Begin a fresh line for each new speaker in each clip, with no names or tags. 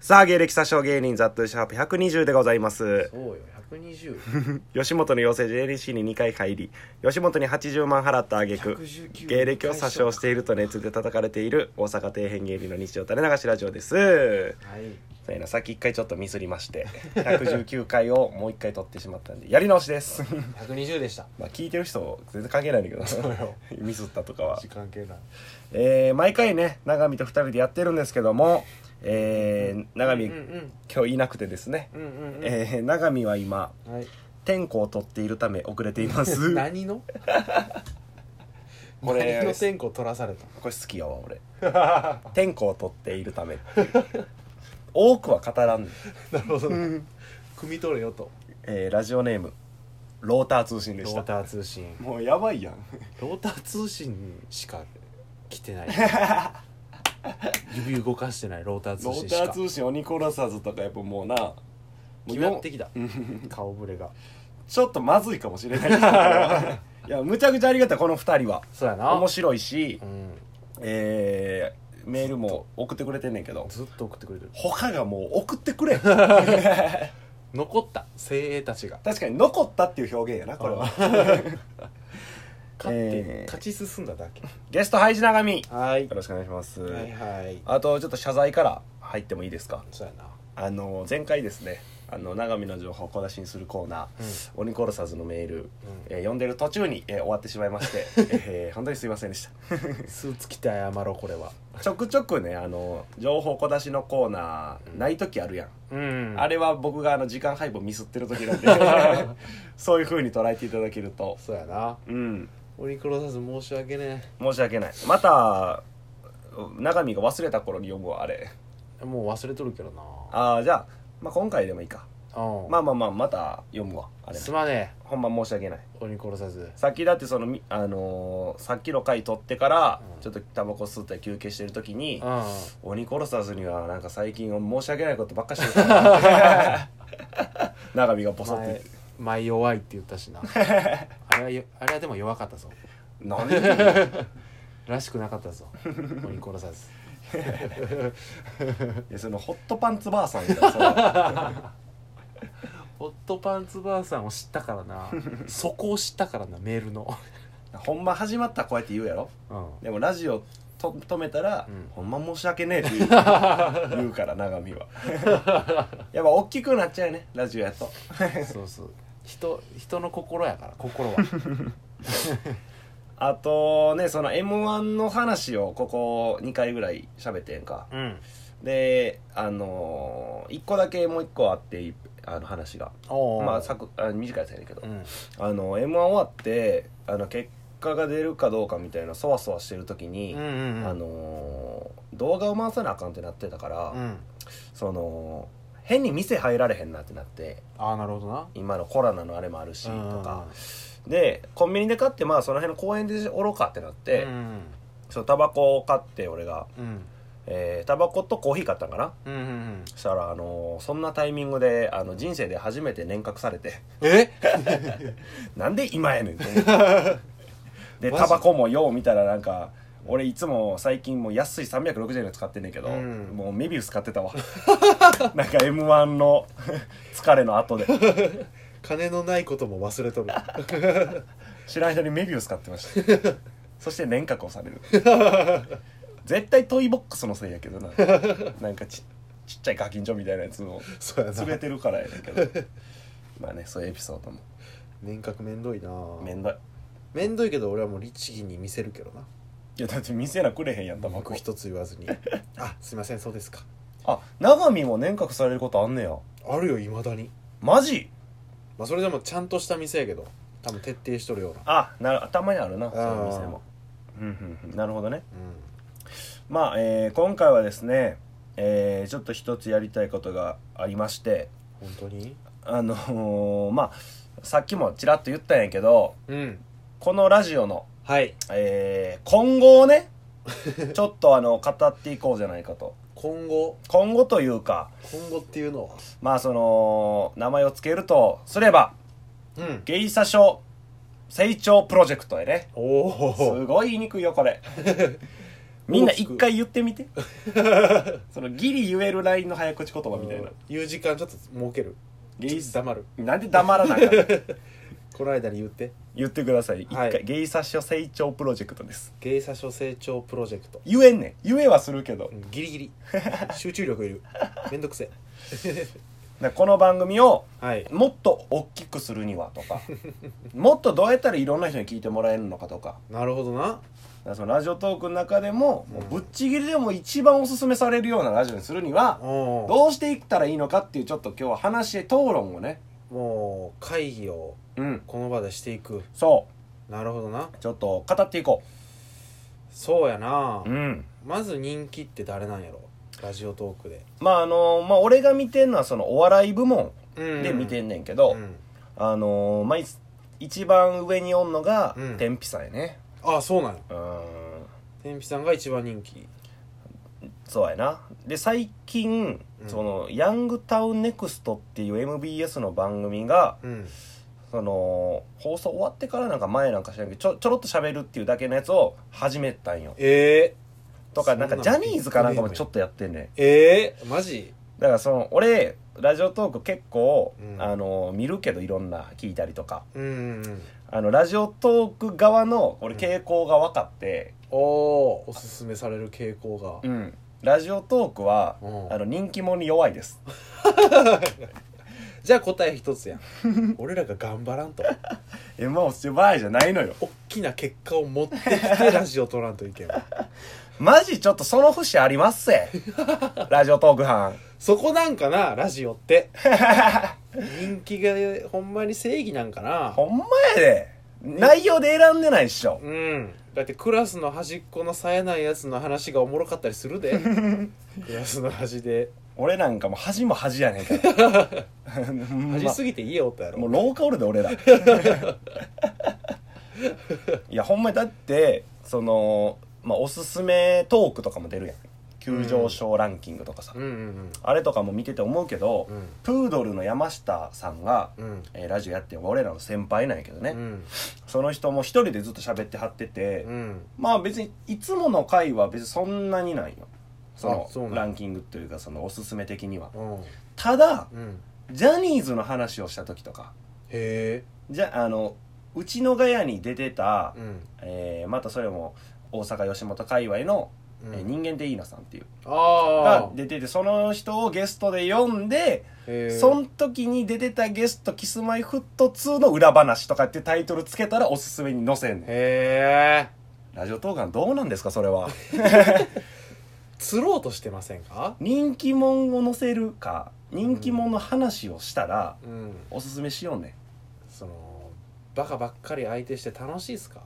さあ、芸歴詐称芸人ザットシャープ120でございます。
そうよ120
吉本の養成所 LC に2回入り、吉本に80万払った挙句
119
芸歴を詐称していると熱で叩かれている大阪底辺芸人の日常垂れ流しラジオです。
はい
そうやな、さっき1回ちょっとミスりまして、119回をもう1回撮ってしまったんで、やり直しです。
120でした
まあ聞いてる人全然関係ないんだけど
そうよ
ミスったとかは
時間系ない
えー毎回ね永見と2人でやってるんですけども、えー、永見、
うんうん
今日いなくてですね、
うんうんうん
えー、永見は今
はい
天候を取っているため遅れています
何の
これ
何の線香取らされた
これ好きよ俺 天候を取っているためっていう多くは語らんねん、
なるほどね汲み取れよと
えーラジオネームローター通信で
ロ
し
ー
た
ター通信
もうやばいやん
ローター通信しか来 てない指動かしてないローター
ロ
通
ー
信
タ
し
ー
か
通信鬼殺さずとかやっぱもうなもう
決まってきた
うん
顔ぶれが
ちょっとまずいかもしれないですけど いやむちゃくちゃありがたいこの2人は
そうやな
面白いし
う、ん
えーメールも送ってくれてんねんけど
ずっと送ってくれてる
他がもう送って くれん
残った精鋭たちが
確かに残ったっていう表現やなこれは
勝って、
えー
勝ち進んだだけ
ゲストハイジ長見よ
はい
ろしくお願いします、
はいはい
あとちょっと謝罪から入ってもいいですか
そうやな
あの前回ですねあの長見の情報を小出しにするコーナー「鬼殺さず」のメール、えー読んでる途中に、えー終わってしまいま して、えー本当にすいませんでした
スーツ着て謝ろうこれは
ちょくちょくねあの情報小出しのコーナーない時あるやん、
うん
あれは僕があの時間配分ミスってる時なん でそういう風に捉えていただけると
そうやな
うん
鬼殺さず申し訳ね
申し訳ないまた永見が忘れた頃に読むわあれ
えもう忘れとるけどな
ああじゃあ,、まあ今回でもいいか
うん
まあまあまあまた読むわあれ
すまね
ほんま申し訳ない
え鬼殺さず
さっきだってそのみ、あのーさっきの回取ってから
うん
ちょっとタバコ吸って休憩してる時に
うん
鬼殺さずにはなんか最近申し訳ないことばっかしてる からな永見がボソッと言っ
前
て
前弱いって言った しなあれはよあれはでも弱かったぞ
「何 言ってんの
らしくなかったぞ鬼殺さず
いやそのホットパンツばあさんみたいなそ の
ホットパンツばあさんを知ったからなそこを知ったからなメールの
ほんま始まったらこうやって言うやろ
うん
でもラジオと止めたら、
うん
ほんま申し訳ねえっ て言う言うから永見は やっぱ大きくなっちゃうよねラジオやと
そうそう人人の心やから心は
あとねその m 1の話をここ2回ぐらい喋ってんか
うん
であの1個だけもう1個あってあの話が
お
まあさくあ短いやつやねんけど
う、ん
あの m 1終わってあの結果が出るかどうかみたいなそわそわしてる時に、
うんうんうん
あのー動画を回さなあかんってなってたから、
うん
その変に店入られへんなってなって
ああなるほどな
今のコロナのあれもあるしと
うん
か、でコンビニで買ってまあその辺の公園でおろうかってなって、
うん
そのタバコを買って俺が、
うん
えータバコとコーヒー買ったんかな
うんうんうん
そしたら、あのーそんなタイミングであの人生で初めて年賀されて
え
なんで今やねんっ て思ってで
マジ
タバコもよう見たらなんか俺いつも最近もう安い360円の使ってんねんけど、
うん
もうメビウス買ってたわ なんか m 1の 疲れの後で
金のないことも忘れとる
知らん人にメビウス買ってました そして年賀をされ る絶対トイボックスのせいやけどななんかちちっちゃいガキンチョみたいなやつを
そうや
連れてるからやねんけ どまあねそういうエピソードも
年賀めんどいな
めんどい
めんどいけど俺はもう律儀に見せるけどない
やだって見せなくれへんやんたば
僕
こ
一つ言わず にあすいませんそうですか
あ長見も年賀されることあんねや
あるよいまだに
マジ
まあそれでもちゃんとした店やけど多分徹底しとるような
あなる頭にあるな
ー
そういう店もうんうんうんなるほどね
うん
まあ、えー今回はですね、えーちょっと一つやりたいことがありまして
本当に
あのーまあさっきもちらっと言ったんやけど
うん
このラジオの、
はい
えー今後を ねちょっとあの語っていこうじゃないかと
今後
今後というか
今後っていうのは
まあその名前を付けるとすれば
うん
芸者賞成長プロジェクトやね
お
す
お
ごい言いにくいよこれみんな一回言ってみてそのギリ言えるラインの早口言葉みたいな
言う時間ちょっと設ける
ゲイサ
黙る
なんで黙らないか
この間に言って
言ってください一回、
はい
ゲイサショ成長プロジェクトです
芸者所成長プロジェクト
言えんねん言えはするけど、
うんギリギ リ集中力いるめんどくせ
だからこの番組を
えはい
もっと大きくするにはと かもっとどうやったらいろんな人に聞いてもらえるのかとか
なるほどな
だからそのラジオトークの中でも,、もううんぶっちぎりでも一番おすすめされるようなラジオにするには
お
どうしていったらいいのかっていうちょっと今日は話し討論をね
もう会議を
うん
この場でしていく
そ
なるほどな
うちょっと語っていこ
そうやな
ううん
まず人気って誰なんやろラジオトークで
まああのまあ俺が見てんのはそのお笑い部門
で
で見てんねんけ
と
ど、
うん
あのまあい一番上におんのが
うん
天日さんやね
あそうなんや
うん
天日さんが一番人気
そうやなで最近、
うん
そのヤングタウンネクストっていう MBS の番組が
うん
その放送終わってからなんか前なんか知らんけどちょちょろっと喋るっていうだけのやつを始めたんよ
え
とか
そん
な
なん
かジャニーズかなんかもちょっとやってんね
ー、えー、マジ
だからその俺ラジオトーク結構、
うん
あの見るけどいろんな聞いたりとか
うんうんうん
あのラジオトーク側の俺
うん
傾向が分かって、
おおおすすめされる傾向が
うんラジオトークは
うん
あの人気者に弱いです
じゃあ答え一つやん 俺らが頑張らんと
えまあ落ちてる場合じゃないのよ
大きな結果を持ってきてラジオ取らんといけんわ
マジちょっとその節あります せラジオトーク班
そこなんかなラジオって人気がほんまに正義なんかな
ほんまやで内容で選んでないっしょ
うんだってクラスの端っこの冴えないやつの話がおもろかったりす るでクラスの端で
俺なんかもう恥も恥やねんからほんま
端すぎて家おったやろ、
もう廊下おるで俺 らいやほんまにだってその、まあ、おすすめトークとかも出るやん急上昇ランキングとかさ、
うんうん
あれとかも見てて思うけど、
うん
プードルの山下さんが、
うんうん
えーラジオやってる俺らの先輩なんやけどね、
うん
その人も一人でずっと喋ってはってて、
うん
まあ別にいつもの回は別にそんなにないよその
あそうなんや
ランキングというかそのおすすめ的には
うん
ただ
うん
ジャニーズの話をした時とか
へ
じゃあのうちのガヤに出てた
え、うん
えーまたそれも大阪吉本界隈の、
うん
えー人間でいいなさんっていう
あ
が
あ
出ててその人をゲストで呼んで
へえ
その時に出てたゲスト「キスマイフット2」の裏話とかってタイトルつけたらおすすめに載せんねん
へえ
ラジオ当館どうなんですかそれは
釣ろうとしてませんか
人気者を載せるか人気者の話をしたら
うん
おすすめしようね
そのバカばっかり相手して楽し いっすか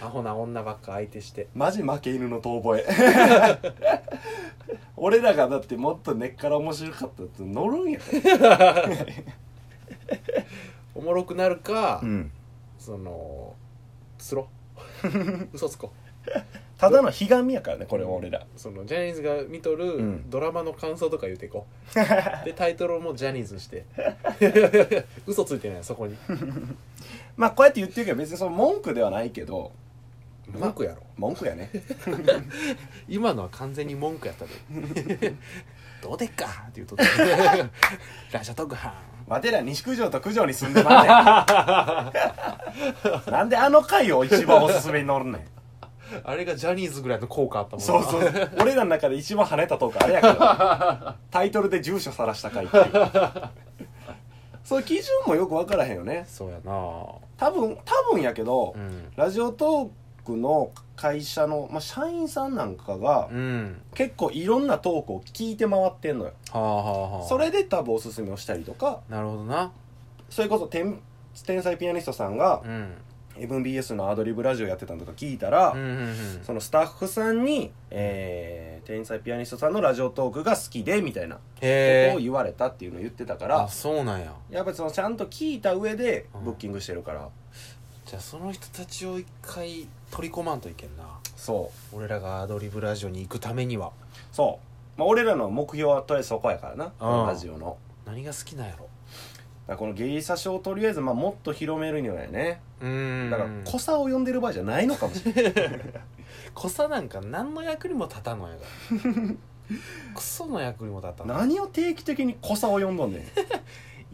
アホな女ばっか相手して
マジ負け犬の遠 吠え俺らがだってもっと根っから面白かったって乗るんや
おもろくなるか、
ん
そのつろ 嘘つこ
ただのひがみやからねこれは俺ら
そのジャニーズが見と
う
る
ん
ドラマの感想とか言うていこ うでタイトルもジャニーズにして嘘ついてないそこに
まあこうやって言ってるけど別にその文句ではないけど
文句やろ
文句や ね
今のは完全に文句やったで どうでっかって言うとったラジャトグハン
わてら西九条と九条に住んでまんねん なんであの回を一番おすすめに乗るねん
あれがジャニーズぐらいの効果あったもん な
そうそう俺らの中で一番跳ねたトークあれやから タイトルで住所さらした回っていうそういう基準もよく分からへんよね
そうやな
多分多分やけど、
うん
ラジオトークの会社の、まあ、社員さんなんかが
うん
結構いろんなトークを聞いて回ってんのよ
はあはあはあ
それで多分おすすめをしたりとか
なるほどな
それこそ天天才ピアニストさんが
うん
MBS のアドリブラジオやってたのとか聞いたら、
うんうんうん
そのスタッフさんに、えー天才ピアニストさんのラジオトークが好きでみたいなこと
へ
を
え
言われたっていうのを言ってたか
あ
ら
そうなんや
やっぱりそのちゃんと聞いた上で
うん
ブッキングしてるから、
じゃあその人たちを一回取り込まんといけんな
そう
俺らがアドリブラジオに行くためには
そう、まあ、俺らの目標はとりあえずそこやからな、このラジオの
何が好きなんやろ
だからこの芸者賞をとりあえずまあもっと広めるにはやね
うん
だから濃さを呼んでる場合じゃないのかもしれない
濃さなんか何の役にも立たんのや からクソの役にも立たんの
何を定期的に濃さを呼んどんねん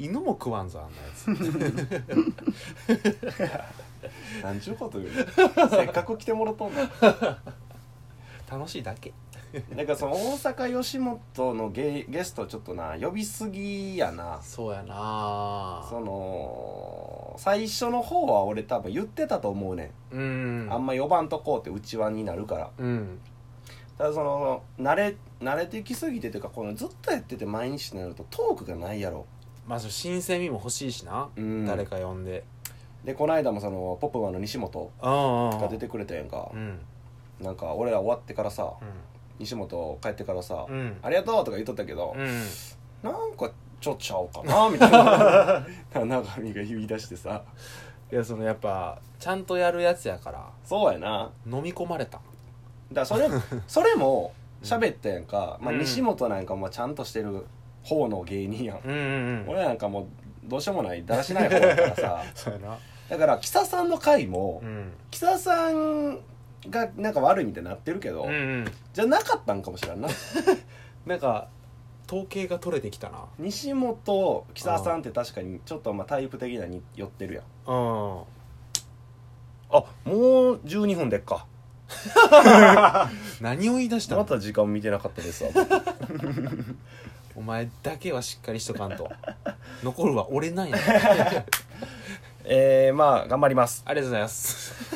犬も食わんぞあんなやつ
何ちゅうこと言うのせっかく来てもろとんの
楽しいだけ
なんかその大阪吉本のゲゲストちょっとな呼びすぎやな
そうやな
その最初の方は俺多分言ってたと思うね
うん
んあんま呼ばんとこうって内輪になるから
うん
ただその慣れ慣れてきすぎてというかこのずっとやってて毎日になるとトークがないやろ、
まあその新鮮味も欲しいしな、
うん
誰か呼んで
でこの間もそのポップマンの西本
うんうん
が出てくれたやんか
う、ん
なんか俺ら終わってからさ
う
西本帰ってからさ、
んうん
ありがとう」とか言っとったけど、
うん
なんかちょっとちゃうかな みたいな田中美が言い出してさ
いやそのやっぱちゃんとやるやつやから
そうやな
飲み込まれた
だ からそれそれも喋ったやんか、まあ、
うん
西本なんかもちゃんとしてる方の芸人やん、
うんうんうん
俺なんかもうどうしようもないだらしない方だから さ
そうやな
だから木佐さんの回も
うん
木佐さんがなんか悪いみたいになってるけど、
うんうん
じゃなかったんかもしれんな
なんか統計が取れてきたな
西本木佐さんって確かにちょっとまあタイプ的なに寄ってるやん
うんも
あもう12分でっか
う何を言い出した
ま
の
た時間見てなかったですわ
お前だけはしっかりしとか んと残るは俺なんや
えー、まあ頑張ります
ありがとうございます